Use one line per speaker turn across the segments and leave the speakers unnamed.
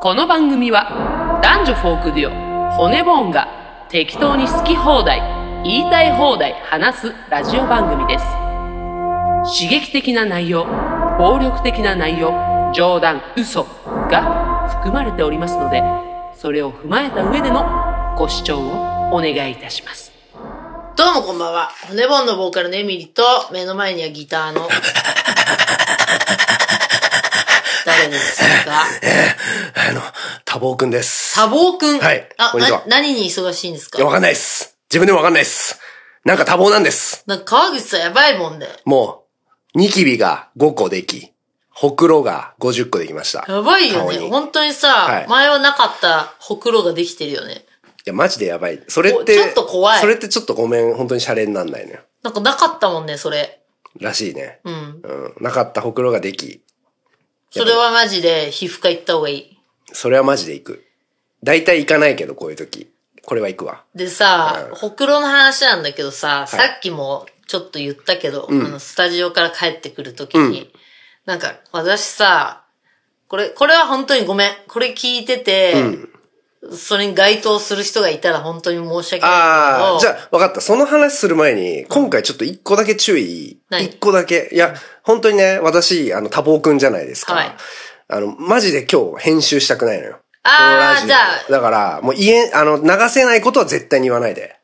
この番組は男女フォークデュオ骨ボーンが適当に好き放題言いたい放題話すラジオ番組です刺激的な内容暴力的な内容冗談嘘が含まれておりますのでそれを踏まえた上でのご視聴をお願いいたします
どうもこんばんは。骨盆のボーカルのエミリと、目の前にはギター の。誰ですか
あの、多忙くんです。
多忙くん。
はい
あ、
こんにちは
な、何に忙しいんです
いや、
か
わかんないっす。自分でもわかんないっす。なんか多忙なんです。
なんか川口さんやばいもんね。
もう、ニキビが5個でき、ほくろが50個できました。い
やばいよね。
顔に
本当にさ、
はい
前はなかったほくろができてるよね。
や、マジでやばい。それって、
おちょっと怖い
それってちょっとごめん、本当にシャレになんないのよ。
なんかなかったもんね、それ。
らしいね。
うん。
うん。なかったほくろができ、
それはマジで皮膚科行った方がいい。
それはマジで行く。大体行かないけど、こういう時。これは行くわ。
でさ
う、ん
ほくろの話なんだけどさ、さっきもちょっと言ったけど、あのスタジオから帰ってくるときに、
うん
なんか私さ、これ、これは本当にごめん。これ聞いてて、それに該当する人がいたら本当に申し訳ない
あ
ん
あ、
だ
じ
け
ゃ
ど、
あ、わかった。その話する前に、今回ちょっと一個だけ注意。
何
一個だけ。いや、本当にね、私、あの、多忙くんじゃないですか。
はい
あの、マジで今日編集したくないのよ。
あー
このラジオ
じゃあ
だから、もう言え、あの、流せないことは絶対に言わないで。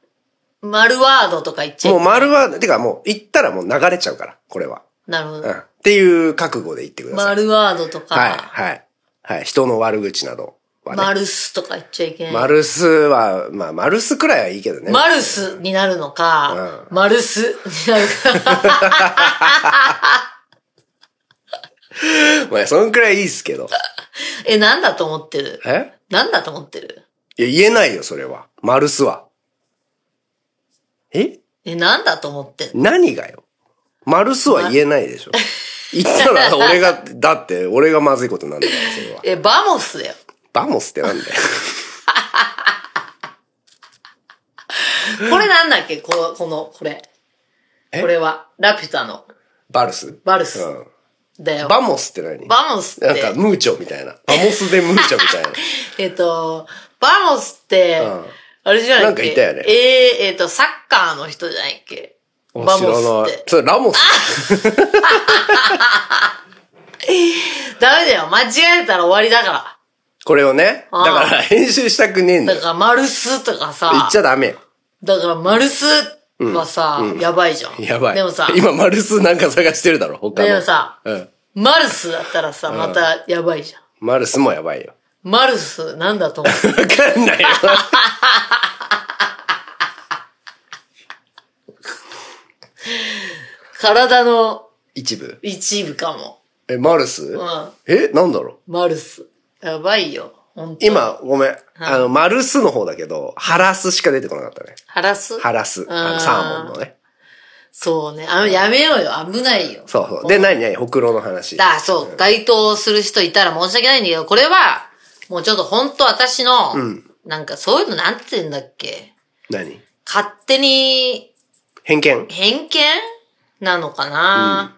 丸ワードとか言っちゃ
もう
い
丸は、てかもう言ったらもう流れちゃうから、これは。
なるほ
うん。
ど。
っていう覚悟で言ってください。
丸ワードと
はい、
か、
はい。はい。人の悪口などはね。
マルスとか言っちゃいけない。
マルスは、まあ、マルスくらいはいいけどね。
マルスになるのか、マルスになるか。
まあ、そのくらいいいっすけど。
え、なんだと思ってる
え
なんだと思ってる
いや、言えないよ、それは。マルスは。え
え、なんだと思ってんの
何がよ。マルスは言えない でしょ。言ったら、俺が、だって、俺がまずいことになんだから、それは。
え、バモスだよ。
バモスってなんだよ。
これなんだっけこの、この、これ。
え
これは、ラピュタの、
バルス
バルス
うん。
だよ。
バモスって何
バモスっ
なんか、
て、
ムーチョみたいな。バモスでムーチョみたいな。
えっ、と、バモスって、
うん
あれじゃないっけ
なんかいたよね
えー、えっ、と、サッカーの人じゃないっけ バモ
お知ら
スっ
ない
て。
それ、ラモス。
ダメだよ。間違えたら終わりだか
これをね、
あ
だ
ー
から編集したくねえんだ
ら。
よ
だ。から、マルスとかさ。
言っちゃダメよ。
だから、マルスはさ、やばいじゃん。
やばい。
でもさ、
今、マルスなんか探してるだろ、他の。
でもさ、
うん。
マルスだったらさ、またやばいじゃん。
マルスもやばいよ。
マルス、なんだと思う
わかんないよ。
体の
一部。
一部かも。
え、マルス
うん。
え、なんだろう
マルス。やばいよ。本当に。
今、ごめん。あの、マルスの方だけど、ハラスしか出てこなかったね。
ハラス
ハラス。あ
うん
の、サーモンのね。
そうね。あやめようよ。危ないよ。
そうそう。で、何何ほくろの話。
だ、そう。該当する人いたら申し訳ないんだけど、これは、もうちょっと本当私の、なんかそういうのなんて言うんだっけ
何
勝手に
偏見
偏見なのかな、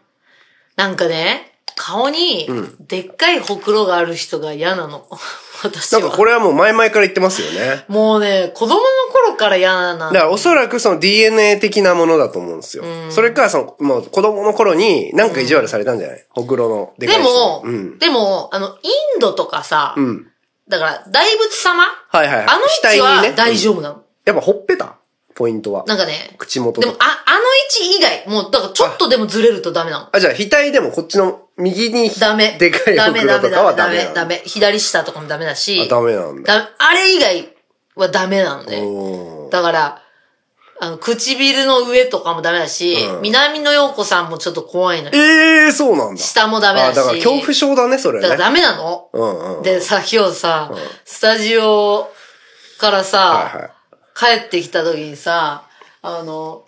なんかね、顔に、でっかいほくろがある人が嫌なの。 私
な
は。
んかこれはもう前々から言ってますよね。
もうね、子供の頃から嫌なの
だからおそらくその DNA 的なものだと思うんですよ。それか、その、もう子供の頃になんか意地悪されたんじゃないほくろのでかい
で
人
も、
うん。
でも、あの、インドとかさ、
うん。
だから、大仏様
はいはいはい。
あの位置
額に
は
ね
大丈夫なの。
やっぱほっぺたポイントは。
なんかね、
口元
で
と
も
か、。
あ、あの位置以外、もう、だからちょっとでもずれるとダメなの。
あ、じゃあ、額でもこっちの右にひ
ダメ。
でかい
ダ
ほ
メ、
く
ダ
ろ
メ、
とか
ダ
は
メ、ダ
ダメ
メ
な、んだ。
ダメ。左下とかもダメだし、
あダメなんだ。
だあれ以外はダメなのね。
おー
だから、あの、唇の上とかもダメだし、
うん
南野陽子さんもちょっと怖いのよ。
ええー、そうなんだ。
下もダメだし
あだから恐怖症だね、それ
だから
ね。
ダメなの。
うんうん。
でさ、今日さ、
ん
スタジオから
はいは
さ
い、
帰ってきた時にさ、あの、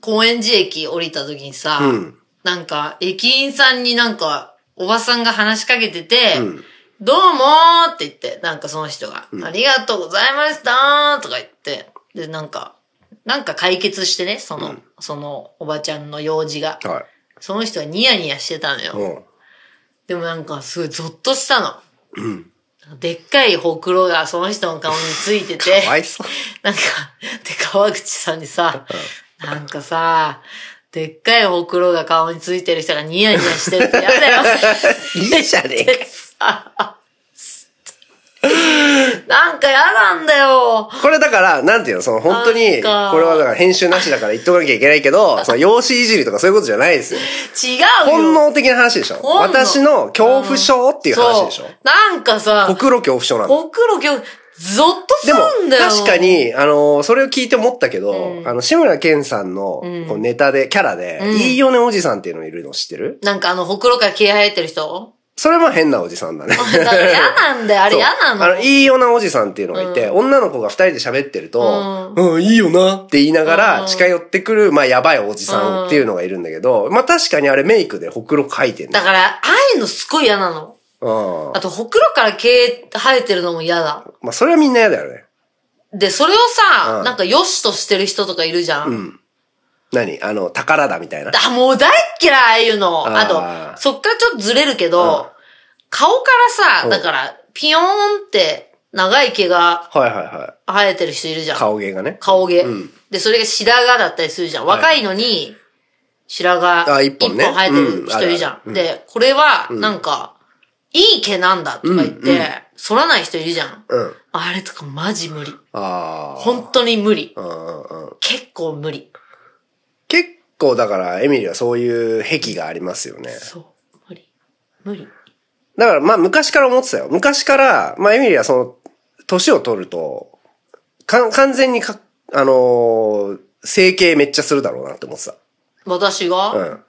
高円寺駅降りた時にさ、
うん
なんか、駅員さんになんか、おばさんが話しかけてて、
ん
どうもーって言って、なんかその人が、ありがとうございましたーとか言って、で、なんか、なんか解決してね、その、そのおばちゃんの用事が。
はい。
その人がニヤニヤしてたのよ。
うん。
でもなんかすごいゾッとしたの。でっかいほくろがその人の顔についてて、
かわいそう。
なんか、で、川口さんにさ、なんかさ、でっかいほくろが顔についてる人がニヤニヤしてるってやだよ。
いいじゃねえか。
なんかやなんだよ。
これだから、なんていうの、その本当に、こ
なん
れ
か
はだから編集なしだから言っとかなきゃいけないけ ど、その容姿いじりとかそういうことじゃないですよ。
違うよ。
本能的な話でしょ。
本能
私の恐怖症っていう話でしょ
そう。なんかさ、
ほくろ恐怖症なんだ。
ほくろ今日、ゾッとす
でも
るんだよ。
確か。に、あの、それを聞いて思ったけど、あの、志村けんさんの
うん
こうネタで、キャラで、
うん
いいよねおじさんっていうのいるの知ってる
なんかあの、ほくろから毛生えてる人
それも変なおじさんだね。
なんか嫌なんだよ。あれ嫌な
そうあ
の。
の、いいよなおじさんっていうのがいて、女の子が二人で喋ってると、うん、いいよなって言いなが
う
ら
ん
近寄ってくる、まあ、やばいおじさんっていうのがいるんだけど、まあ、確かにあれメイクでほくろ描いてん
だ
だ。
から、ああいうのすごい嫌なの。
うん
あ。と、ほくろから毛生えてるのも嫌だ。
まあ、それはみんな嫌だよね。
で、それをさ、
うん
なんか良しとしてる人とかいるじゃん。
何あの、宝だみたいな。
あ、もう大っ嫌い、ああいうの。
あー
あと、そっからちょっとずれるけ
うん
ど、顔から
う
さ、
ん
だから、ピヨーンって長い毛が
はいはいは
生えてる人いるじゃ
い。
ん。
顔芸がね。
顔毛、
うん
で、それが白髪だったりするじゃん。
はい
若いのに、白髪、
あ一
一
本
本
ね
生えてる人いるじゃん。
うんあるあ
で、これは、なんか、いい毛なんだとか言って、
うんうん
剃らない人いるじゃん。
うん。
あれとかマジ無理。
ああ。
本当に無理。
うんうんうん。
結構無理。
結構だから、エミリーはそういう癖がありますよね。
そう。無理。無理。
だから、まあ、昔から思ってたよ。昔から、まあ、エミリーはその、年を取ると、かん、完全にか、あのー整形めっちゃするだろうなって思ってた。
私が、
うん。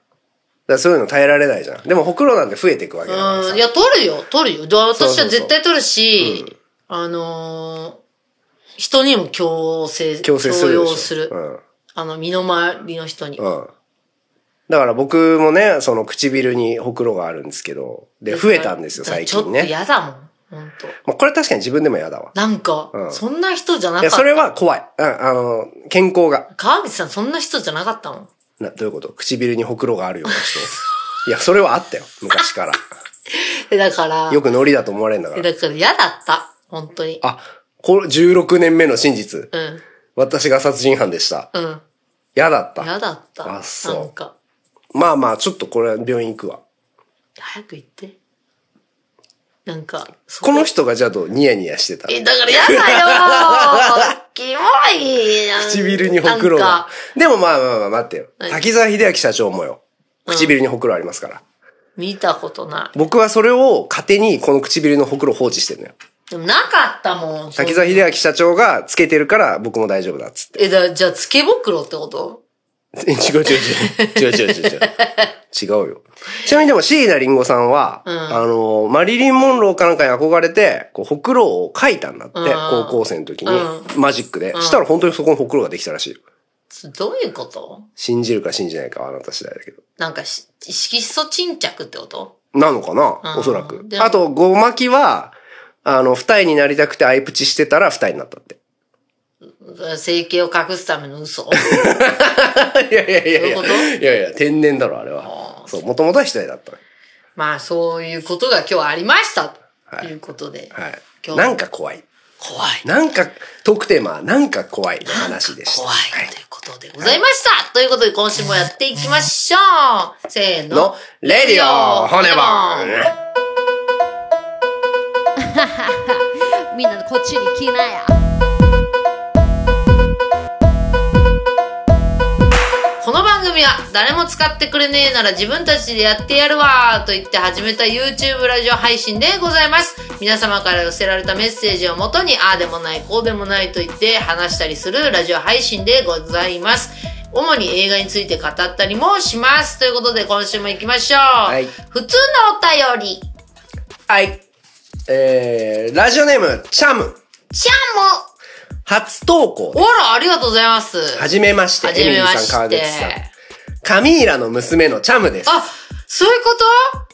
だからそういうの耐えられないじゃん。でも、ほくろなんて増えていくわけだから
う
さ
ん、い。や、取るよ、取るよ。で
そうそう
私
そう
は絶対取るし、あのー人にも強制、
強制する
強
でしょ。
要する。
うん。
あの、身の回りの人に。
うん。だから僕もね、その唇にほくろがあるんですけど、で、増えたんですよ、
だから
最近
ちょっと
ね。
嫌だもん、本当
まあ、これ確かに自分でも嫌だわ。
なんか、
うん
そんな人じゃないかっ
や、
た。
それは怖い。うんあの、健康が。
川口さん、そんな人じゃなかったもん。
な、どういうこと唇にほくろがあるような人。 いや、それはあったよ。昔から。
え、だから、
よくノリだと思われるんだか
え、
ら。
だから嫌だった。本当に。
あ、これ16年目の真実。
うん。
私が殺人犯でした。
うん。
嫌だった。
嫌だった。
あそう
なんか、
まあまあ、ちょっとこれは病院行くわ。
早く行って。なんか、そ
この人がじゃあどうニヤニヤしてた。
え、だから嫌だよー キモいなん
唇にほくろ
なん
が
か。
でもまあまあまあ、待ってよ。
はい
滝沢秀明社長もよ。
ん
唇にほくろありますから。
見たことない。
僕はそれを糧にこの唇のほくろを放置してるのよ。
でもなかったもん。
滝沢秀明社長がつけてるから僕も大丈夫だっつって。
え、だ、じゃあ、つけ袋ってこと
え 違う違う違う。違う違う違う違う。違うよ。ちなみにでも、椎名林檎さんは、
うん
あの、マリリン・モンローかなんかに憧れて、こう、ほくろを描いたんだって、
うん
高校生の時に、
う
マジックで。したら本当にそこにほくろができたらしいよ。
どういうこと
信じるか信じないかはあなた次第だけど。
なんかし、色素沈着ってこと
なのかな、
うん
おそらく
で。も
あと、ごまきは、あの、二重になりたくてアイプチしてたら二重になったって。
整形を隠すための嘘。
いやいやいやいや。
そういう
いやいや、天然だろ、あれは
あ。ー
そう、もともとは一重だったね。
まあ、そういうことが今日ありました。
は
と
い
いうことで。
はい。
今日
なんか怖い。
怖い。
なんか、トークテーマ、なんか怖いの話でした。
怖い
は。
ということでございました。ということで、今週もやっていきましょう。せーの。
の、レディオ、骨
骨
盤
みんなこっちに来なや。
この番組は誰も使ってくれねえなら自分たちでやってやるわーと言って始めた YouTube ラジオ配信でございます。皆様から寄せられたメッセージをもとにああでもないこうでもないと言って話したりするラジオ配信でございます。主に映画について語ったりもします。ということで今週も行きましょう。
い
普通のお便り。
はい。えー、ラジオネーム、チャム。
シャ
初投稿
ンも。
で
おら、ありがとうございます。
す。はじめまして、
は
エ
じ
ミリ
め
ー
ま
さん、
して
川口さん。カミーラの娘のチャムです。
あ、そういうこ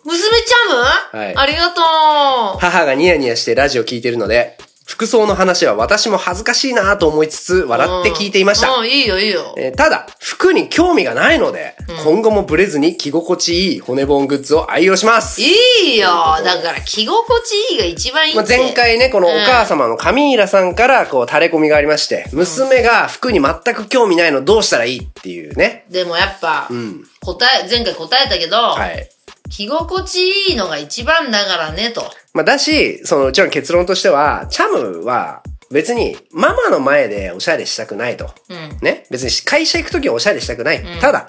と娘ちゃむ
はい
ありがとう。
母がニヤニヤしてラジオ聞いてるので、服装の話は私も恥ずかしいなと思いつつ、笑って聞いていました。
うん、うんいいよいいよ。
えーただ、服に興味がないので、今後もブレずに着心地いい骨ボングッズを愛用します。
いいよだから着心地いいが一番いいって。
まあ、前回ね、このお母様のカミーラさんから、こう、垂れ込みがありまして、娘が服に全く興味ないのどうしたらいいっていうね。
でもやっぱ、
ん
答え、前回答えたけど、
はい。
着心地いいのが一番だからね、と。
まあ、だし、その、うちの結論としては、チャムは、別に、ママの前でおしゃれしたくないと。
うん。
ね。別に、会社行くときはおしゃれしたくない。ただ、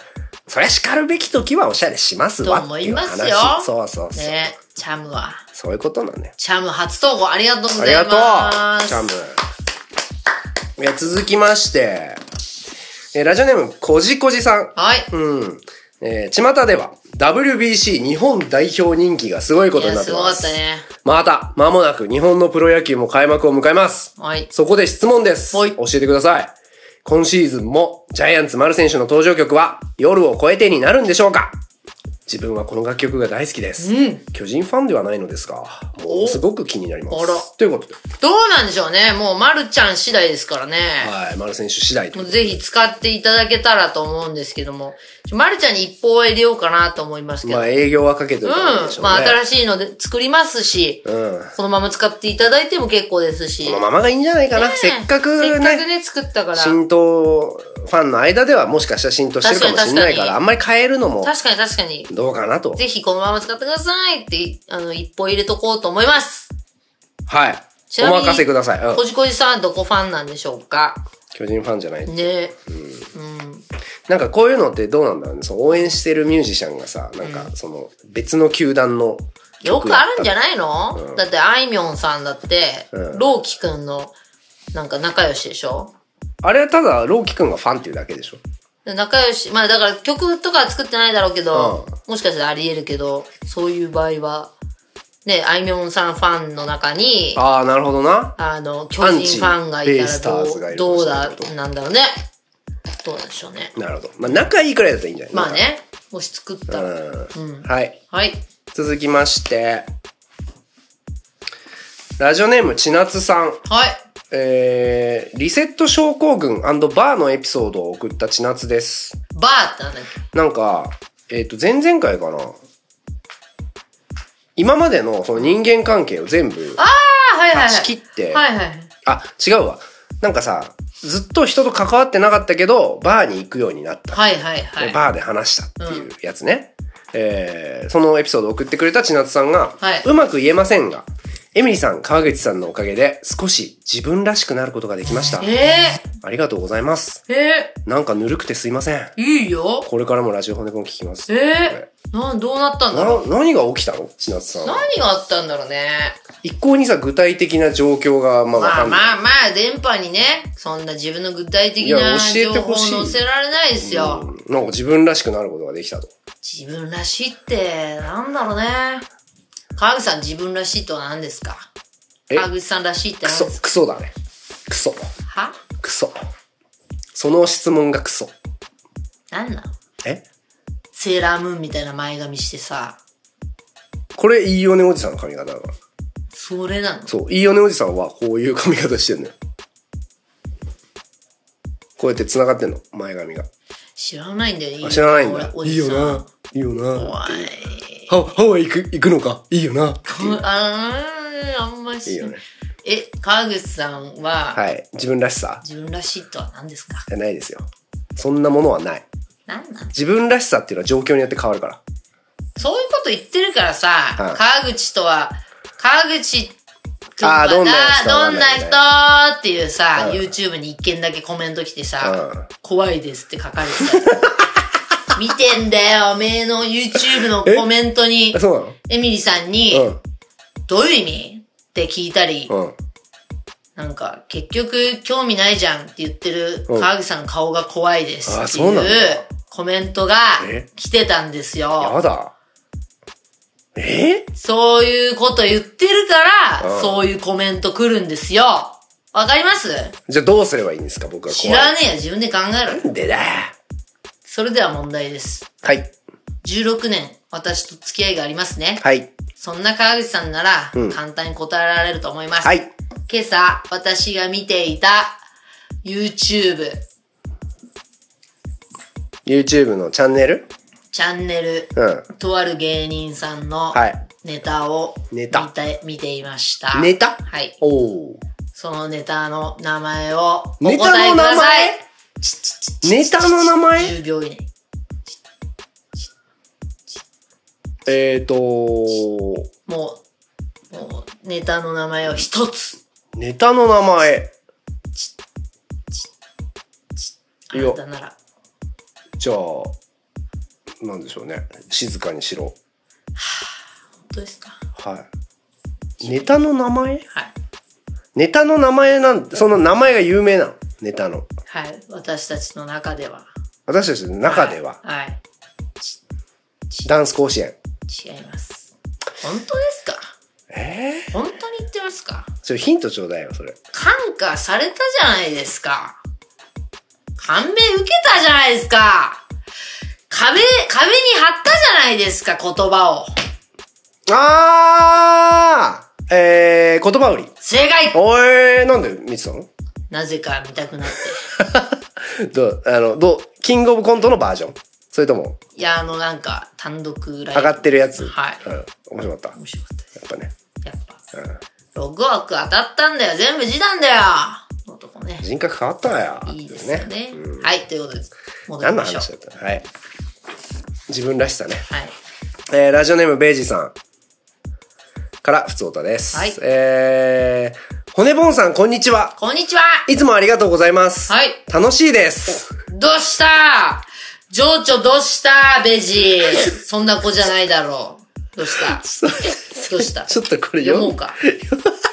そりゃ叱るべきときはおしゃれしますわっていう話。
と思います
そうそうそう。
ねチャムは。
そういうことなんだよ。
チャム初投稿ありがとうご
あ
ざ
り
い
がと
ま
う、
す。
チャム。え続きまして、えーラジオネーム、こじこじさん。
はい。
うん。えー、巷では、WBC 日本代表人気がすごいこ
い
とに
や、
なって
すごか
ま
っ
す。
たね。
また、間もなく日本のプロ野球も開幕を迎えます。
はい。
そこで質問です。
はい
教えてください。今シーズンも、ジャイアンツ丸選手の登場曲は、夜を越えてになるんでしょうか自分はこの楽曲が大好きです。
うん
巨人ファンではないのですが、もうすごく気になります。
あら
ということで、
どうなんでしょうね。もう、まるちゃん次第ですからね。
はい、丸選手次第と
もうぜひ使っていただけたらと思うんですけども。まるちゃんに一報を入れようかなと思いますけど。
まあ営業はかけてるからでし
うん。
ょう
まあ、
ね。
新しいので作りますし、
うん。
そのまま使っていただいても結構ですし。
このままがいいんじゃないかな。
ね
せっかく
せっ
ね
かくね、作ったから。
浸透、ファンの間ではもしかしたら浸透してるかもしれない
確かに確か
から、
に
あんまり変えるのも
確かに確かに。
どうかなと。
ぜひこのまま使ってくださいって、あの、一歩入れとこうと思います。
はい。
ち
お
なみに
任せください。うん
こ。じこじさんどこファンなんでしょうか
巨人ファンじゃない。
ね
なんかこういうのってどうなんだろうね。その応援してるミュージシャンがさ、なんかその別の球団の
よくあるんじゃ
い
ないの、だって、あいみょんさんだって、
うん
ローキくんの、なんか仲良しでしょ
あれはただ、ローキ君がファンっていうだけでしょ。
で仲良し、まあだから曲とかは作ってないだろうけど、
う
もしかしたらあり得るけど、そういう場合は、ね、あいみょんさんファンの中に、あ
ああ、なるほどな。
の、巨人ファンがい
アンチベイス
た
タ
ら
ー
ど
ズ
う
がいる
どう
そう
だ
いうこと、
なんだろうね。どうなんでしょうね。
なるほど。まあ仲いいくらいだといいんじゃない
まあ。ね、もし作った
う
ら。
ん。はい。
はい。
続きまして、ラジオネーム、ちなつさん。
はい。
えー、リセット症候群バーのエピソードを送った千夏です。
バーってなんだっけ
なんか、えっ、と、前々回かな。今までのその人間関係を全部、
ああ、はいはいはい。
断ち切って
はいはい。
あ、違うわ。なんかさ、ずっと人と関わってなかったけど、バーに行くようになった。
はいはいは
で
い。
バーで話したっていうやつね。えーそのエピソードを送ってくれた千夏さんが、
はいう
まく言えませんが、エミリさん、川口さんのおかげで少し自分らしくなることができました。
え
ありがとうございます。
ー、え
なんかぬるくてすいません。
ー、いいよ。
これからもラジオ骨コン聞きます。
えー、なん、どうなったんだろう。
な何が起きたの千夏さん。
何があったんだろうね。
一向にさ、具体的な状況が、まあわ
ま
か
あ
んない。
まあまあ、電波にね、そんな自分の具体的
い
な
や教
情
えて
報
ほしい
載せられないですよ。
うんなんか自分らしくなることができたと。
自分らしいって、なんだろうね。川口さん自分らしいとは何ですか
え
川口さんらしいって
ク
何
ソ
で、すか
クソだね。クソ。
は
クソ。その質問がクソ。
何なの
え
セーラームーンみたいな前髪してさ、
これ、いいよねおじさんの髪型だから。
それなの
そう、いいよねおじさんはこういう髪型してんのよ。こうやって繋がってんの、前髪が。
知らないんだよ、いいよ
あ知らないんだ。
お
いい
じ
よ
さん。
な。いいよ
怖
な。
い。
ハハワイ行く、行くのかいいよな。
あーあんまし。
いいよね。
え、川口さんは、
はい。自分らしさ
自分らしいとは何ですか
じゃないですよ。そんなものはない。
何なん
自分らしさっていうのは状況によって変わるから。
そういうこと言ってるからさ、
い
川口とは、川口とは
あーどんな人
だどんな
わ
人っていうさ、
うん
YouTube に一件だけコメント来てさ、
うん
怖いですって書かれてたよ。 見てんだよ、おめえの YouTube のコメントに
あ、、そう
エミリさんに、
なの
どういう意味って聞いたり、
うん。うん。
なんか、結局、興味ないじゃんって言ってる
うん
川口さんの顔が怖いです
あ
って
そうなんだ
いうコメントが
え
来てたんです
や
よ。
だ。え
そういうこと言ってるか
う
ら、
ん
そういうコメント来るんですよ。わかります
じゃあどうすればいいんですか僕は
知らね
ね
えや、自分で考えろ。
でだ。
それでは問題です。
はい。
16年、私と付き合いがありますね。
はい。
そんな川口さんなら
うん、
簡単に答えられると思います。
はい。
今朝私が見ていた YouTube
YouTube のチャンネル
チャンネル、
うん。
とある芸人さんの
はい
ネタを見
ネ
て,、
タ
見ていました。
ネタ
はい。
おお。
そのネタの名前をお答え
ネ
くだ
タの名
さい
前。ネタの名前
?10 秒以内。
えーとー、
もう、もうネタの名前を一つ。
ネタの名前。
あ
いいよ
なたなら。
じゃあ、なんでしょうね。静かにしろ。
本当ですか
はい。ネタの名前
はい。
ネタの名前なんて、その名前が有名なの。ネタの。
はい。私たちの中では。
私たちの中では、
はい。
ダンス甲子園。
違います。本当ですか
ええ
本当に言ってますか
ちょ、ヒントちょうだいよ、それ。
感化されたじゃないですか。感銘受けたじゃないですか。壁、壁に貼ったじゃないですか、言葉を。
あーえー、言葉売り。
正解
おえー、なんで見てたの
なぜか見たくなって。
どう、あの、どう、キングオブコントのバージョンそれとも、
いや、あの、なんか、単独ライ
上
ブ。
がってるやつ
はい。
うん、面白かった。や
面白かったです。
っぱね。
やっぱ。
うん。
6億当たったんだよ。全部字なんだよ。男ね。
人格変わったわよ。
いいですよね。
うん
はい、ということです。戻り
何の
ましょう。
話だったのはい。自分らしさね。
はい。
えー、ラジオネームベイジーさんから、ふつおたです。
はい
えー、骨ボンさん、こんにちは。
こんにちは。
いつもありがとうございます。
はい
楽しいです。
どうした情緒どうしたベジそんな子じゃないだろう。どう したどうした
ちょっとこれ
読
読
も
ん
う
で、
か。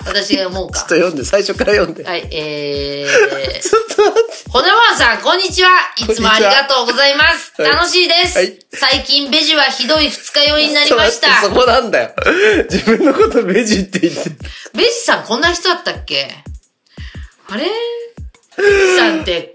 私が読もう
ちょ
か
っと。読んで、最初から読んで。
はい、え
ちょっと待って。
ー、骨盤さん、こんにちは。いつもありがとうございます。
こんにちは
楽しいです、
はい
最近ベジはひどい二日酔いになりました。
ちょっと待ってそこなんだよ。自分のことベジって言って。
ベジさんこんな人だったっけあれベジさんって、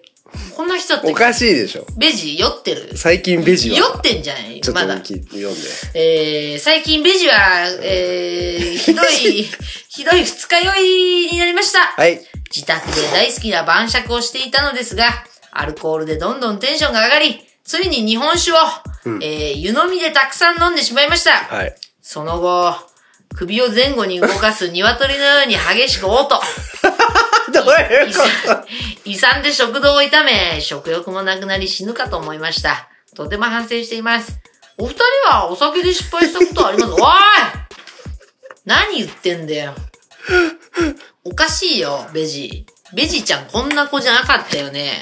こんな人だった
お
っけ
かしいでしょ。
ベジ酔ってる
最近ベジは。
酔ってんじゃない
ちょっと
まだ。
聞いて読んで。
えー、最近ベジは、えー、ひ どい、ひどい二日酔いになりました。
はい。
自宅で大好きな晩酌をしていたのですが、アルコールでどんどんテンションが上がり、ついに日本酒を、えー、湯飲みでたくさん飲んでし まいました。
はい。
その後、首を前後に動かす鶏のように激しく嘔吐。
どういうこ
胃酸で食道を痛め、食欲もなくなり死ぬかと思いました。とても反省しています。お二人はお酒で失敗したことあります おい何言ってんだよ。おかしいよ、ベジ。ベジちゃんこんな子じゃなかったよね。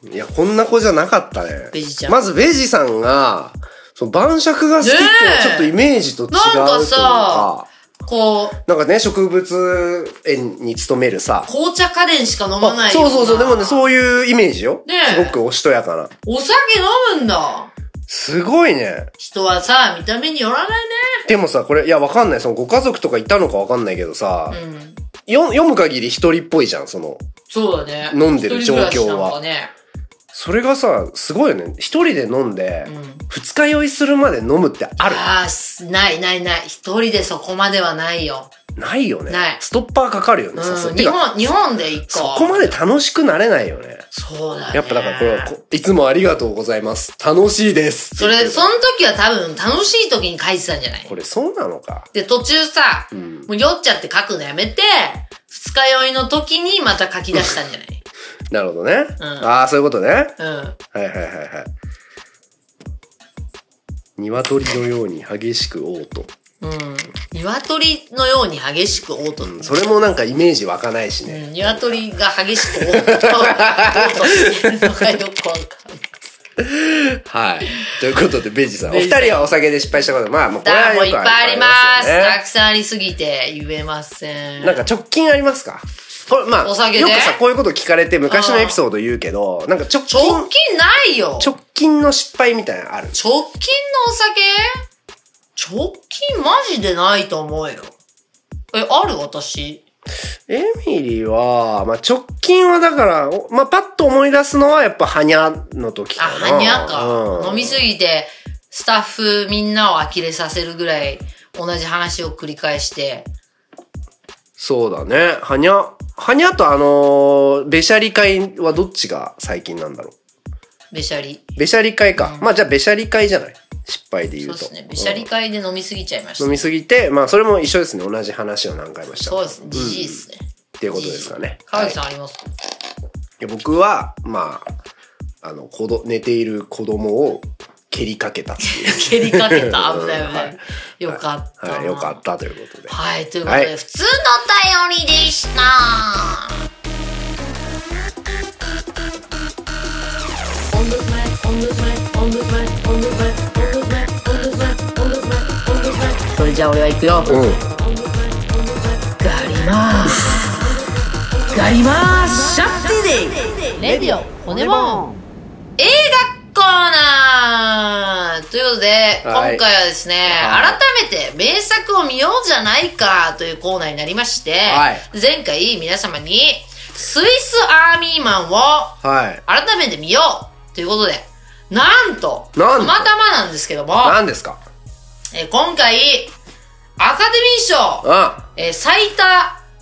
といや、こんな子じゃなかったね。
ベジちゃん
まずベジさんが、その晩酌が好きっていうのは
ねえ
ちょっとイメージと違うというか。
なんかさこう、
なんかね、植物園に勤めるさ。
紅茶家電しか飲まないような
そうそうそう。でもね、そういうイメージよ。
ねえ
すごくおしとやかな。
お酒飲むんだ。
すごいね。
人はさ、見た目によらない
でもさ、これ、いや、わかんない。その、ご家族とかいたのかわかんないけどさ、
ね。うん。
よ読む限り一人っぽいじゃん、その。
そうだね。
飲んでる状況は
一人暮らしなんかね。
それがさ、すごいよね。一人で飲んで、
うん
二日酔いするまで飲むってある
ああ、すないないない。一人でそこまではないよ。
ないよね。
ない
ストッパーかかるよ
う
ね、さすが
ん。
に
日
てか
本、日本で一個。
そこまで楽しくなれないよね。
そうだね。
やっぱだからこれはこ、いつもありがとうございます。楽しいです。
それ、その時は多分楽しい時に書いてたんじゃない
これそうなのか。
で、途中さ、
ん
もう酔っちゃって書くのやめて、二日酔いの時にまた書き出したんじゃない
なるほどね。
ん
ああ、そういうことね。はい
うん。
はいはいはい。鶏のように激しく嘔吐。
うん。鶏のように激しく嘔吐。
それもなんかイメージ湧かないしね。
うん、鶏が激しく嘔吐。 嘔吐してるのがよくわかんない。
はい。ということで、ベジさん。お
ベ
二
ジさん
人はお酒で失敗したこと、まあ、もうこれは
だも
よく
ういっぱいあります。
よね
たくさんありすぎて言えません。
なんか直近ありますかこれ、まあ、
お酒で
よくさ、こういうこと聞かれて昔のエピソード言うけど、なんか直近、
直近ないよ直
直近の失敗みたいなのある。
近のお酒直近マジでないと思うよ。え、ある私。
エミリーは、まあ、直近はだから、おまあ、パッと思い出すのはやっぱ、はにゃの時
あ、
かな。
はにゃか。
うん
飲みすぎて、スタッフみんなを呆れさせるぐらい、同じ話を繰り返して、
そうだね。はにゃ、はにゃとあのーべしゃり会はどっちが最近なんだろ
べしゃり。
う。べしゃり会か。まあじゃあべしゃり会じゃない。失敗で言う
そう
と。
ですね。べしゃり会で飲みすぎちゃいまし
飲
た。
みすぎて、まあそれも一緒ですね。同じ話を何回もした。
そうですね。じじいですね。
っていうことですかね。
川口
は
さんありますか
いいや僕は、まあ、あの、子ど、寝ている子供を蹴りかけたっていう。
蹴りかけた。危ない危な
はい
い。よかった。
はい、よかっ。たということで。
はい、ということで、
はい
普通のお便りでした。それじゃあ俺は行くよ。
うん。
ガリマー。ガリマーシャッティデイ。
レディオ骨もん
映画コーナーということで、
はい
今回はですね、
はい
改めて名作を見ようじゃないかというコーナーになりまして、
はい
前回皆様にスイスアーミーマンを
はい。
改めて見ようということで、なんと、
なんと
たまたまなんですけども、
何ですか
えー今回、アカデミー賞、
あ
えー最多、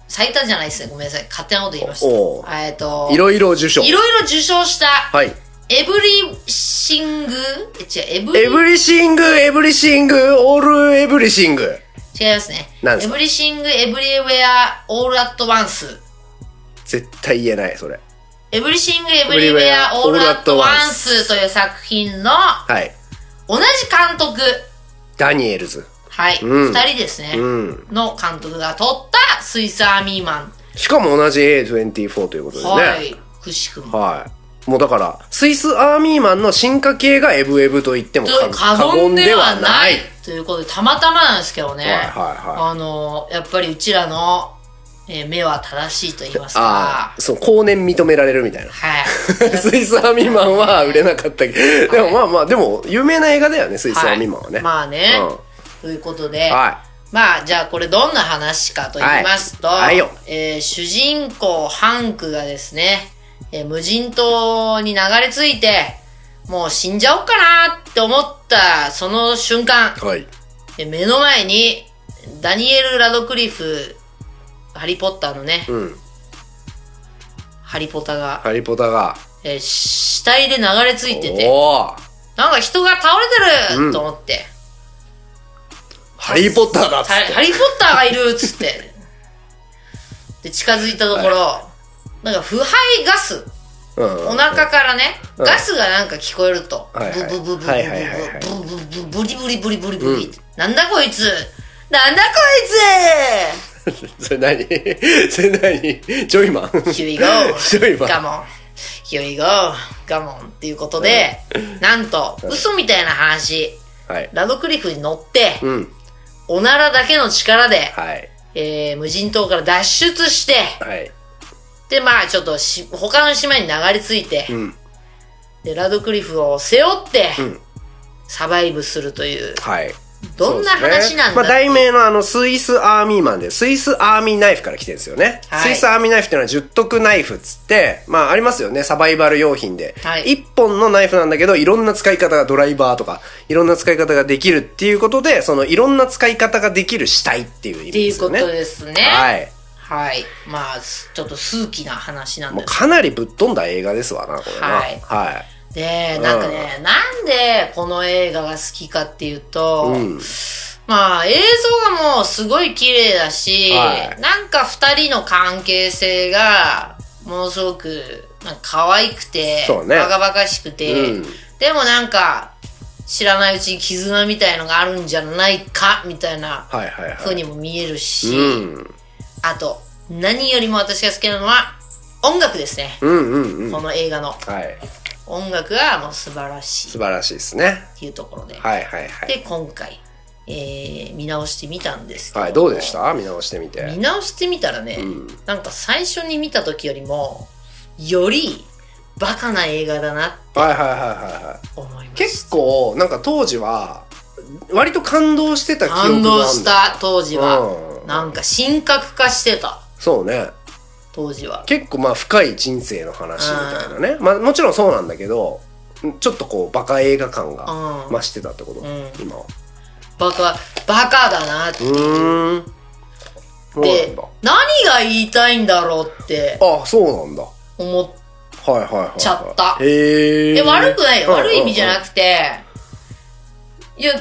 最多じゃないですね。ごめんなさい。勝手なこと言いました。
おう
えっ、と、
いろいろ受賞。
いろいろ受賞した、
はい。
エブリシングえ違う、エブリ、
エブリシング、エブリシング、オールエブリシング。
違いますね。
なんです
エ
か
ブリシング、エブリウェア、オールアットワンス。
絶対言えない、それ。
エブリシング、エブリウェア、オールアットワンスという作品の
はい。
同じ監督、
ダニエルズ。
はい、二、
うん
人ですね、
うん。
の監督が撮ったスイスアーミーマン。
しかも同じ A24 ということですね。
はい、くしくも。
はい。もうだから、スイスアーミーマンの進化系がエブエブと言っても
という過
過過
言
言
で
で
は
は
な
ないい。
ということで、たまたまなんですけどね。
はいはいは
あのーやっぱりうちらの、えー目は正しいと言います
い。あ
か
あ、。そう、後年認められるみたい な。
はい。
スイスアーミーマンは売れなかったけど、でもまあまあ、でも有名な映画だよね、スイスアーミーマンはね。
まあね。
うん
ということで、
は
まあじゃあこれどんな話かと言いますと、
はいはいよ
えー主人公ハンクがですね、えー無人島に流れ着いて、もう死んじゃおうかなって思ったその瞬間、
い。はい。
えー目の前にダニエル・ラドクリフ、ハリーポッターのね、
うん。
ハリポタが、
ハリポタが。
えー死体で流れ着いてて、
おー
なんか人が倒れて
う
る
ん
と思って、
ハリーポッターだっつっ
ハリハリーポッターがいるっつって。で、近づいたところ、なんか腐敗ガス、
て。うん
お腹からね、
うん
ガスがなんか聞こえると、
はいはい
ブブブブブブ
はいはいはいはい
ブブブブリブリブリブリブリ、
うん
なんだこいつなんだこ
それ何 それ何ジョイマン
いつ ?Here we go!
ジョイマン。
ガモン !Here we go! ガモンっていうことで、なんと、嘘みたいな話、
はい。
ラドクリフに乗って、
うん。
おならだけの力で、
はい。
えー、無人島から脱出して、
はい。
で、まあ、ちょっとし、他の島に流れ着いて、
うん。
で、ラドクリフを背負って、
ん
サバイブするという、
はい。
どんな
そうで
話
すね
なん
ま
だ
あ、題名のあの、スイスアーミーマンで、スイスアーミーナイフから来てるんですよね。
はい
スイスアーミーナイフっていうのは十徳ナイフっつって、まあ、ありますよね。サバイバル用品で。
はい
一本のナイフなんだけど、いろんな使い方がドライバーとか、いろんな使い方ができるっていうことで、そのいろんな使い方ができる死体っていう意味
ってい
で
う
す
こ
よ
と
ね。
ですね。はい。
はい。
まあ、すちょっと数奇な話なん
もう
です。
かなりぶっ飛んだ映画ですわな、これな。
はい
はい。
で、
うん
なんかね、なんでこの映画が好きかっていうと、
うん。
まあ、映像がもうすごい綺麗だし、
はい
なんか二人の関係性が、ものすごく、なんか可愛くて、
そうね
バカバカしくて、
うん
でもなんか、知らないうちに絆みたいのがあるんじゃないか、みたいな
はいはいはい。
風にも見えるし、
うん。
あと、何よりも私が好きなのは、音楽ですね。
うんうんうん。
この映画の
はい。
音楽がもう素晴らしい
素
っ
晴らしいですね。
ていうところで。
はいはいはい。
で、今回、えー、見直してみたんですけ
はい、どうでした見直してみて。
見直してみたらね、
ん
なんか最初に見た時よりも、よりバカな映画だなって
はいはいはいはいはい。
思いました。
結構、なんか当時は、割と感動してた記憶がある
感
んだよ
動した当時は、
うん
なんか神格化してた
そうね。
当時は。
結構まあ深い人生の話みたいなね。まあもちろんそうなんだけど、ちょっとこうバカ映画感が
うん
増してたってこと、
うん
今は。
バカ、バカだなって
うーん。そうなん
で
だ。
何が言いたいんだろうって
あ、そうなんだ。は
思っ
いはいはい、はい。
ちゃった
へえ。
え、悪くないよ。
うん
悪い意味じゃなくて、いや、え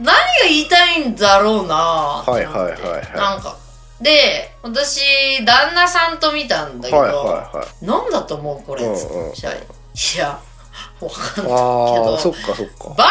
何が言いたいんだろうなって
はい
なって
はいはいはい
なんか。で、私、旦那さんと見たんだけど、
はいはいはい。
なんだと思うこれ、
うんうん
つってしたらいや、わかんないけ
あ
ど
あ、そっかそっか。
バ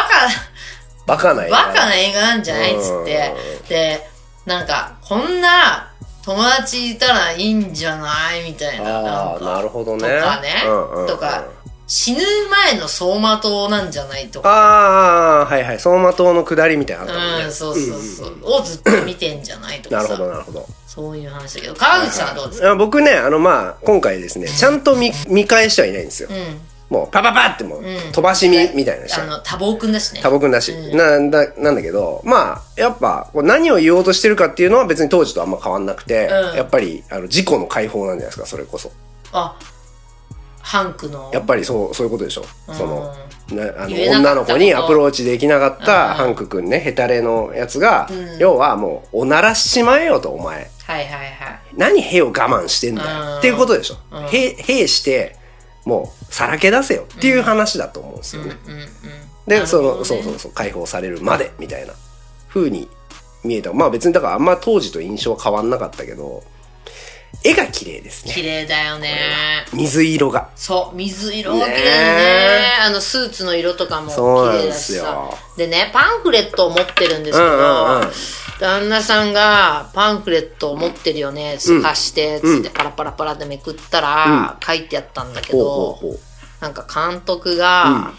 バカ
カ、
ないね。
バカな映画なんじゃないっつって。で、なんか、こんな友達いたらいいんじゃないみたいな。
あ
ん
あ、
か
なるほどね。
とかね
うんうんうん
とか死ぬ前の走馬灯なんじゃないとか。
ああ、はいはい。走馬灯の下りみたいなのあったもんね
うん、そうそうそう。
んん
をずっと見てんじゃないとか
なる
さ。
ほど、なるほど。
そういう話だけど、川口さんはどうですか、
あ僕ね、あの、まあ、今回ですね、ちゃんと見、見返してはいないんですよ。
うん。
もう、パパパってもう、
うん
飛ばし見みたいなのし
あ
た。
の、多忙くんだしね。
多分だし、
うん
なんだ、なんだけど、まあ、やっぱ、こう何を言おうとしてるかっていうのは別に当時とあんま変わんなくて、
うん
やっぱり、あの、事故の解放なんじゃないですか、それこそ。
あ、ハンクの。
やっぱりそう、そういうことでしょ。その、なあの
言えなか
女
った
の
こと
子にアプローチできなかっ
うん
たハンク君ねヘタレのやつが、
うん
要はもうおならしちまえよとお前
うんはいはいはい。
何へを我慢してんだ
うん
よっていうことでしょ
うん
へへしてもうさらけ出せよっていう話だと思うんです
うん
よ
うんう
ね、
ん。
で、
なるほどね
そのそうそうそう解放されるまでみたいな風に見えたまあ別にだからあんま当時と印象は変わんなかったけど絵が綺麗です
綺
ね
麗だよね。
水色が
そう、水色が綺麗だね
ね
あの、スーツの色とかも
そう
綺
なん
麗
で
だし
す
さ
よ。
でね、パンフレットを持ってるんですけど、
うんうんうん
旦那さんがパンフレットを持ってるよね、
うん
貸して、つっ
う
てパラパラパラってめくったら、書いてあったんだけ
ほう
ど、
ほうほう
なんか監督が、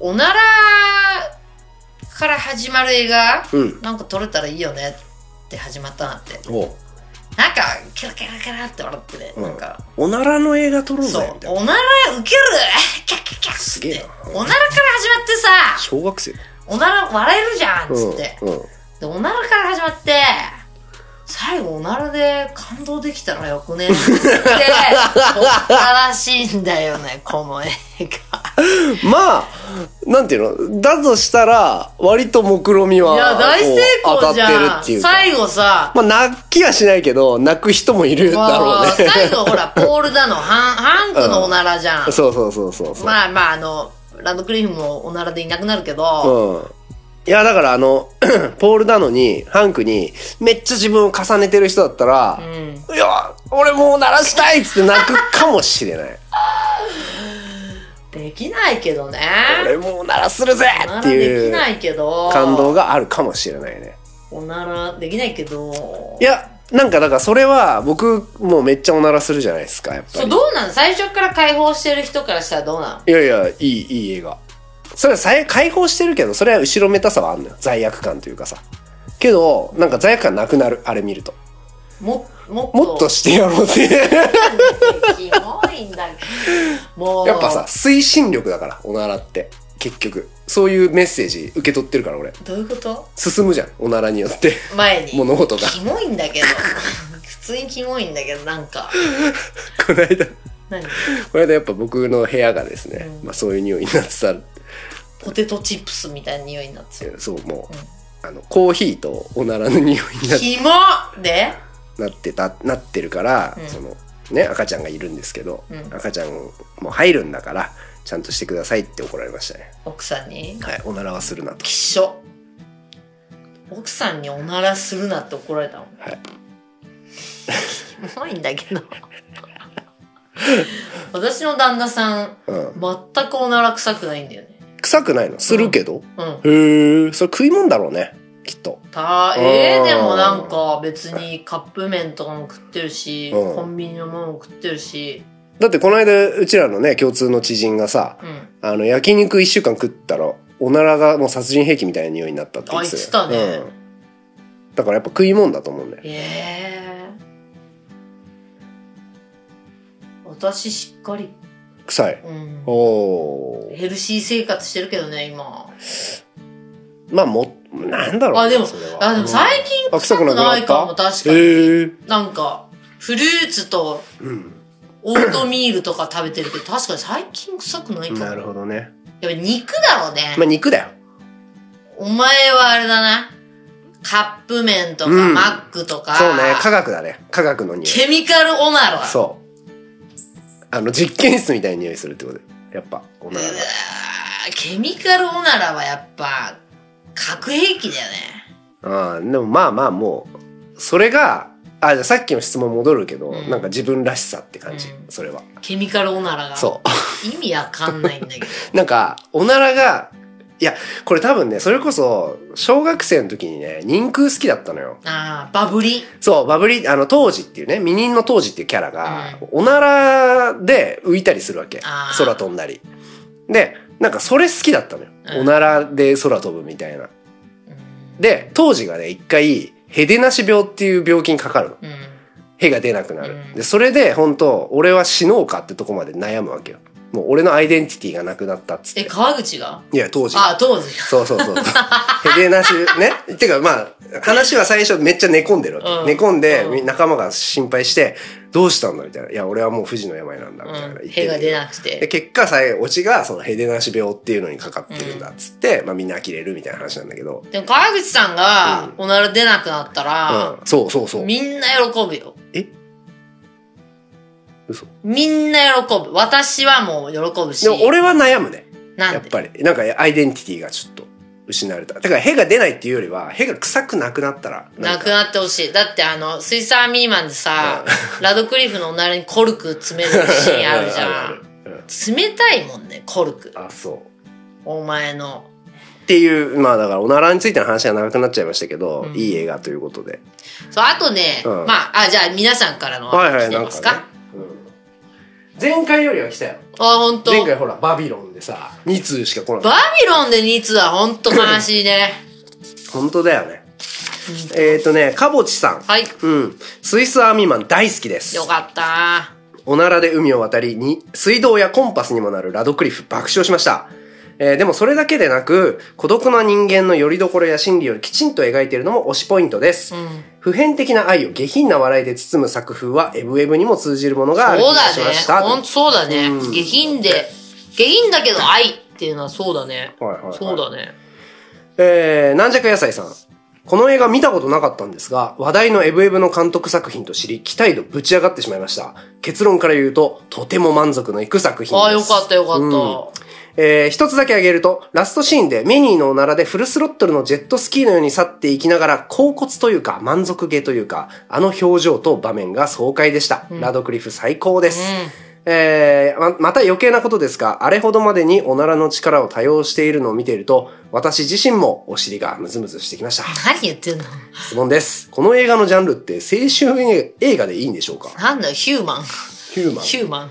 おならから始まる映画、
うん
なんか撮れたらいいよねって始まったなって。
ほう
なんか、ケラケラケラって笑ってね、
うん
なんか、
おならの映画撮ろう
そう
ぜみ、たいな
おならウケるキャッキャッキャッつっ
すげえ
て
な、
おならから始まってさ、
小学生
おなら笑えるじゃんつって、
うんうん
で、おならから始まって、最後おならで感動できたらよくねって、らしいんだよね、この映画。
まあ、なんていうのだとしたら、割と目論みは、
いや、大成
こう
功じ
当
ゃ
たってるってい
ん。
うか。
最後さ、
まあ、泣きはしないけど、泣く人もいるだろう
まあ
ね。
最後ほら、ポールだの、ハン、ハンクのおならじゃん。
そうそうそうそうそう。
まあまあ、あの、ランドクリフもおならでいなくなるけど、
うん。いや、だからあの、 ポールダノに、ハンクに、めっちゃ自分を重ねてる人だったら
う、ん。
いや、俺もう鳴らしたいっつって泣くかもしれない。
できないけどね。
俺もう鳴らするぜ
おな
っ
ら
て
で
い
き
う
ないけど、
感動があるかもしれないね。
おならできないけど、
いや、なんかだからそれは僕もうめっちゃおならするじゃないですか、やっぱ
そう、
り。
どうなの最初から解放してる人からしたらどうなの
いやいや、いい、いい映画。それはさ解放してるけど、それは後ろめたさはあんのよ。罪悪感というかさ。けど、なんか罪悪感なくなる、あれ見ると。
も、もっと、
もっとしてやろうぜ。
キモいんだけど。 もう、
やっぱさ、、推進力だから、おならって。結局。そういうメッセージ受け取ってるから、俺。
どういうこと
進むじゃん、おならによって。
前に。
物事が。
キモいんだけど。普通にキモいんだけど、なんか。
この間、こ
何
の間やっぱ僕の部屋がですね、
うん
まあそういう匂いになってたん
ポテトチップスみたいな匂いになってる。
でそう、もう、
うん
あの、コーヒーとおならの匂いになって
キモで
なってたなってるから、
うん
そのね赤ちゃんがいるんですけど、
うん
赤ちゃんも入るんだからちゃんとしてくださいって怒られましたね
奥さんに
はいおならはするなと
きっしょ奥さんにおならするなって怒られたの
はい
キモいんだけど私の旦那さん
うん
全くおなら臭くないんだよね
臭くないのするけど、
うん
へえそれ食いもんだろうねきっと
たえ
あ
ー、
ー
でもなんか別にカップ麺とかも食ってるし、
うん
コンビニのものも食ってるし
だってこの間うちらのね共通の知人がさ
うん
あの焼肉1週間食ったらおならがもう殺人兵器みたいな匂いになったって言って
あ言ってたね
うん、だからやっぱ食いもんだと思うんだよ
えー、私しっかり
臭い
うん
おおー
ヘルシー生活してるけどね今
まあもなんだろ
あ
うね
でも
それは
あでも最近
あ
臭くないかも
臭くなくなった
確かに、
へえ
なんかフルーツと
うん
オートミールとか食べてるけど確かに最近臭くないかも
なるほどね。
やっぱ肉だろうね、
まあ、肉だよ。
お前はあれだなカップ麺とか、
うん
マックとか、
そうね、科学だね。科学の匂い。
ケミカルオナラ。
そう。あの、実験室みたいな匂いするってことで。やっぱ、おならが。
あーケミカルオナラはやっぱ、核兵器だよね。
ああ、でもまあまあもう、それが、あ、じゃあさっきの質問戻るけど、
うん
なんか自分らしさって感じ
う、ん
それは。
ケミカルオナラが。。
そう
意味わかんないんだ けど。
う。なんか、おならが、いや、これ多分ね、それこそ、小学生の時にね、人空好きだったのよ。
ああ、バブリ。
そう、バブリ、あの、当時っていうね、ミニンの当時っていうキャラが、おならで浮いたりするわけ
あ。ー
空飛んだり。で、なんかそれ好きだったのよ。
うん
おならで空飛ぶみたい
う
な。
ん
で、当時がね、一回、ヘデなし病っていう病気にかかるの。
うん。
屁が出なくな
うん
る。で、それで、本当俺は死のうかってとこまで悩むわけよ。もう俺のアイデンティティがなくなったっつっ
え、
て。
川口が
いや、当時。
ああ、当時が。
そうそうそう。 ヘデなし、ね。てか、まあ、話は最初めっちゃ寝込んでるわけ。
うん
寝込んで、
うん
み仲間が心配して、どうしたんだみたいな。いや、俺はもう富士の病なんだ、みたいな。
うん。
言って
屁
る
が出
けど
なく
で、
て。
結果、さえ、オチが、その、ヘデなし病っていうのにかかってるんだ、っつって、まあ、みんな呆れるみたいな話なんだけど。
でも川口さんが、おなら出なくなった
う
ら
ん、。そうそうそう。
みんな喜ぶよ。
嘘
みんな喜ぶ。私はもう喜ぶし。
でも、俺は悩むね。
なんで
やっぱりなんかアイデンティティがちょっと失われただから屁が出ないっていうよりは屁が臭くなくなったら
なく
っ
なってほしい。だってあの、水産ミーマンでさ、ラドクリフのおならにコルク詰めるシーンあるじ ゃん。冷たいもんね、コルク。
あそう
お前の。
っていうまあだからおならについての話が長くなっちゃいましたけど、
うん
いい映画ということで
そう、あとね、
うん
まあ、あ、じゃあ皆さんからの
はいはい
来て
なん
ます
か、ね
か
うん前回よりは来たよ
あ、本当。
前回ほらバビロンでさ2通しか来なかっ
バビロンで2つは本当悲しいね。
た本当だよねえっ、ー、とねかぼちさん
はい。
うんスイスアーミーマン大好きです
よかった。
おならで海を渡りに、水道やコンパスにもなるラドクリフ爆笑しました。えーでもそれだけでなく、孤独な人間の拠り所や心理をきちんと描いているのも推しポイントです。
うん。
普遍的な愛を下品な笑いで包む作風はエブエブにも通じるものがある気
そう
が
だ
しま
ね
した。。
ほんとそうだね。
うん
下品で、下品だけど愛っていうのはそうだね。
はいはいはい
そうだね。
えー、軟弱野菜さん。この映画見たことなかったんですが、話題のエブエブの監督作品と知り、期待度ぶち上がってしまいました。結論から言うと、とても満足のいく作品です。
ああ、よかったよかった。
えー一つだけ挙げると、ラストシーンでメニーのおならでフルスロットルのジェットスキーのように去っていきながら、恍惚というか満足げというか、あの表情と場面が爽快でした。ラドクリフ最高です。えーま、また余計なことですが、あれほどまでにおならの力を多用しているのを見ていると、私自身もお尻がムズムズしてきました。
何言ってんの
質問です。この映画のジャンルって青春映画でいいんでしょうか
なんだよ、ヒューマン。
ヒューマン。
ヒューマン。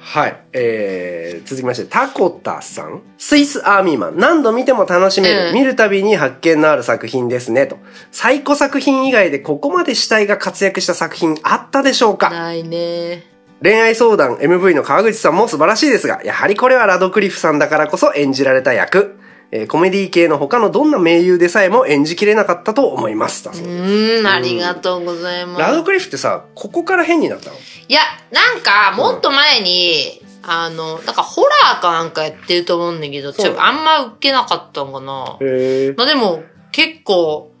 はい。えー、続きまして、タコタさん。スイスアーミーマン。何度見ても楽しめる。
うん
見るたびに発見のある作品ですね。と。最古作品以外でここまで死体が活躍した作品あったでしょうか
ないね。
恋愛相談 MV の川口さんも素晴らしいですが、やはりこれはラドクリフさんだからこそ演じられた役。えーコメディ系の他のどんな名優でさえも演じきれなかったと思います。だそう
う
です
ーん、ありがとうござい
ラド
ます。
クリフってさ、ここから変になったの
いや、なんか、もっと前に、あの、なんかホラーかなんかやってると思うんだけど、ち
そう
ょあんま受けなかったのかな。
へー
まあでも、結構、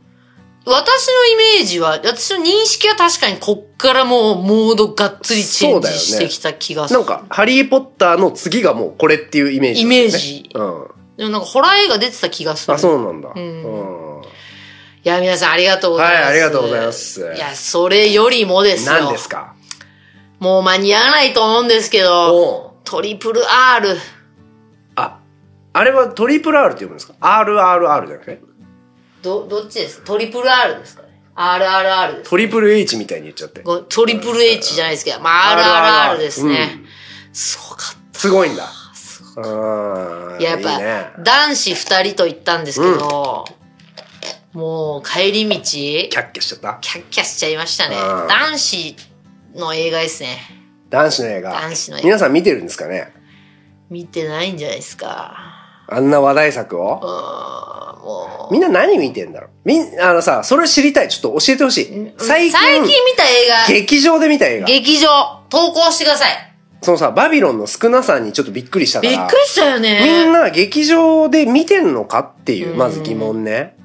私のイメージは、私の認識は確かにこっからもうモードがっつりチェンジしてきた気がす
な
る。
んか、ハリーポッターの次がもうこれっていうイメージ、
イメー。ジ。
うん。
でもなんかホラー映画出てた気がする。
あ、そうなんだ。
ん
うん。
いや、皆さんありがとうございます。
はいありがとうございます
いや、それよりもですよ。
何ですか
もう間に合わないと思うんですけど、
お
トリプル R。
あ、あれはトリプル R って呼ぶんですか ?RRR じゃなくて
ど、どっちですかトリプル R ですかね ?RRR です。
トリプル H みたいに言っちゃって。
ごトリプル H じゃないですけど、まあ RRR ですね。すごかっ
すごいんだ。
た。
うん。
いや、やっ
いいね
ぱ、男子二人と言ったんですけど、もう帰り道、キ
キャッキャしちゃった。
ャッキャしちゃいましたね。
うん
男子の映画ですね。
男子の映画。
男子の映画
皆さん見てるんですかね
見てないんじゃないですか。
あんな話題作
う
を。
ーん、もう。
みんな何見てんだろうみん、あのさ、それ知りたい。ちょっと教えてほしい。最近、
見た映画、
劇場で見た映画。
劇場、投稿してください。
そのさ、バビロンの少なさにちょっとびっくりしたか
び
ら。
っくりしたよね。
みんな劇場で見てんのかっていう、まず疑問ね。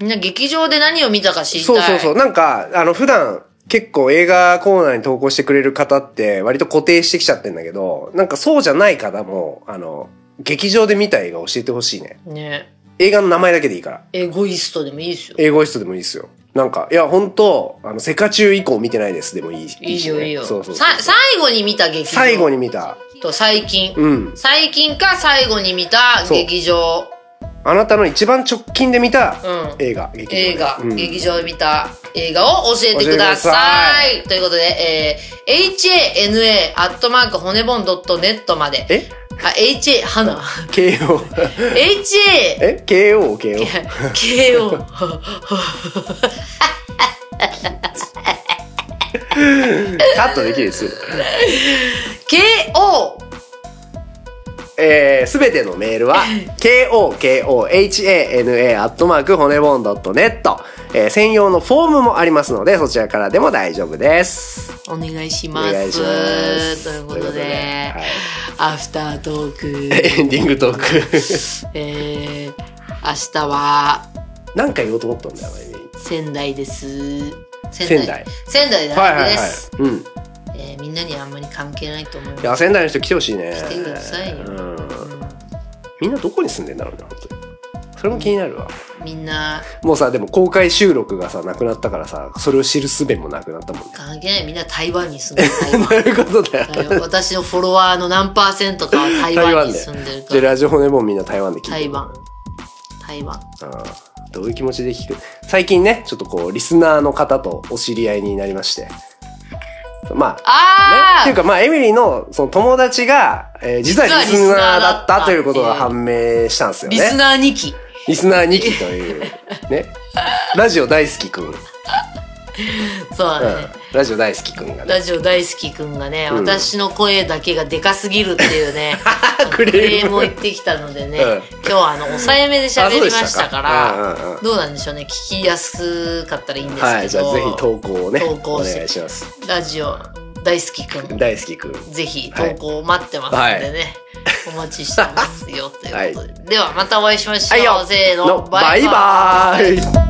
みんな劇場で何を見たか知りたい。
そうそうそう。なんか、あの、普段、結構映画コーナーに投稿してくれる方って割と固定してきちゃってんだけど、なんかそうじゃない方も、あの、劇場で見た映画教えてほしいね。
ね。
映画の名前だけでいいから。
エゴイストでもいいですよ。
英語イストでもいいですよ。なんか、いや、本当あの、セカチュウ以降見てないですでもいいしね
いいよいいよ。
そうそうそ
さ
う。
最後に見た劇場。
最後に見た。
と最近。
うん。
最近か最後に見た劇場。
あなたの一番直近で見た
うん
映画、劇場で
映画、
うん
劇場で見た映画を教えてください。ということで、えー、hana.honebon.net まで。
え
あ、ha, 花。
KO。
ha,
え ?KO、KO。
ko.
カットできるですよ。
ko.
えー、すべてのメール は、kokohana アットマーク骨ボンドットネット。えー、専用のフォームもありますので、そちらからでも大丈夫です。
お願いし
お
ます。
願いします。
ということで、
はい
アフタートーク、
エンディングトーク。
えー、明日は
何回言おうと思ったんだよ、 前に
仙台です。
仙台。
仙台で
はいは
ライブ
い
で
はい
す。。
うん。
えーみんなにはあんまり関係ないと思います
い。や、仙台の人来てほしいね。
来てくださいよ
うん。みんなどこに住んでんだろうね、本当に。それも気になるわ。
みんな
もうさ、でも公開収録がさ、なくなったからさ、それを知る術もなくなったもんね。
関係ないみんな台湾に住んでる
ということだよ。
台湾台湾私のフォロワーの何パーセントかは台
台
湾
湾
に
で
住んでるか
で、
ら
ラジオ骨もみんな台湾で聞いて
台
る
湾台湾
ああどういう気持ちで聞く最近ねちょっとこうリスナーの方とお知り合いになりましてまあね
ああ、
っていうかまあエミリーのその友達が、えー実は
実は
リ
リスナー
スナーだ
だ
っ
ったた
ということが判明したんですよ
リ
ね
スナー2期
リスナー2期という ねラジオ大好きくん、うん、
そうだね、
ラジオ大好きくんがね
ラジオ大好きくんがね、
うん
私の声だけがでかすぎるっていう ね
ク
クレ
レー
ーム
ム
を
を
言ってきたのでね、
うん
今日はあの抑えめで喋りましたから
あそうでしたかうんうんうん
どうなんでしょうね聞きやすかったらいいんですけど、
はいじゃあぜひ投稿をね
投稿
お
して
願いします
ラジオ大好きくん
大好きくん
ぜひ
はい
投稿待ってますのでね、お待ちしてますよということで、ではまたお会いしましょう、
はいよ
せーの
のバイバーイ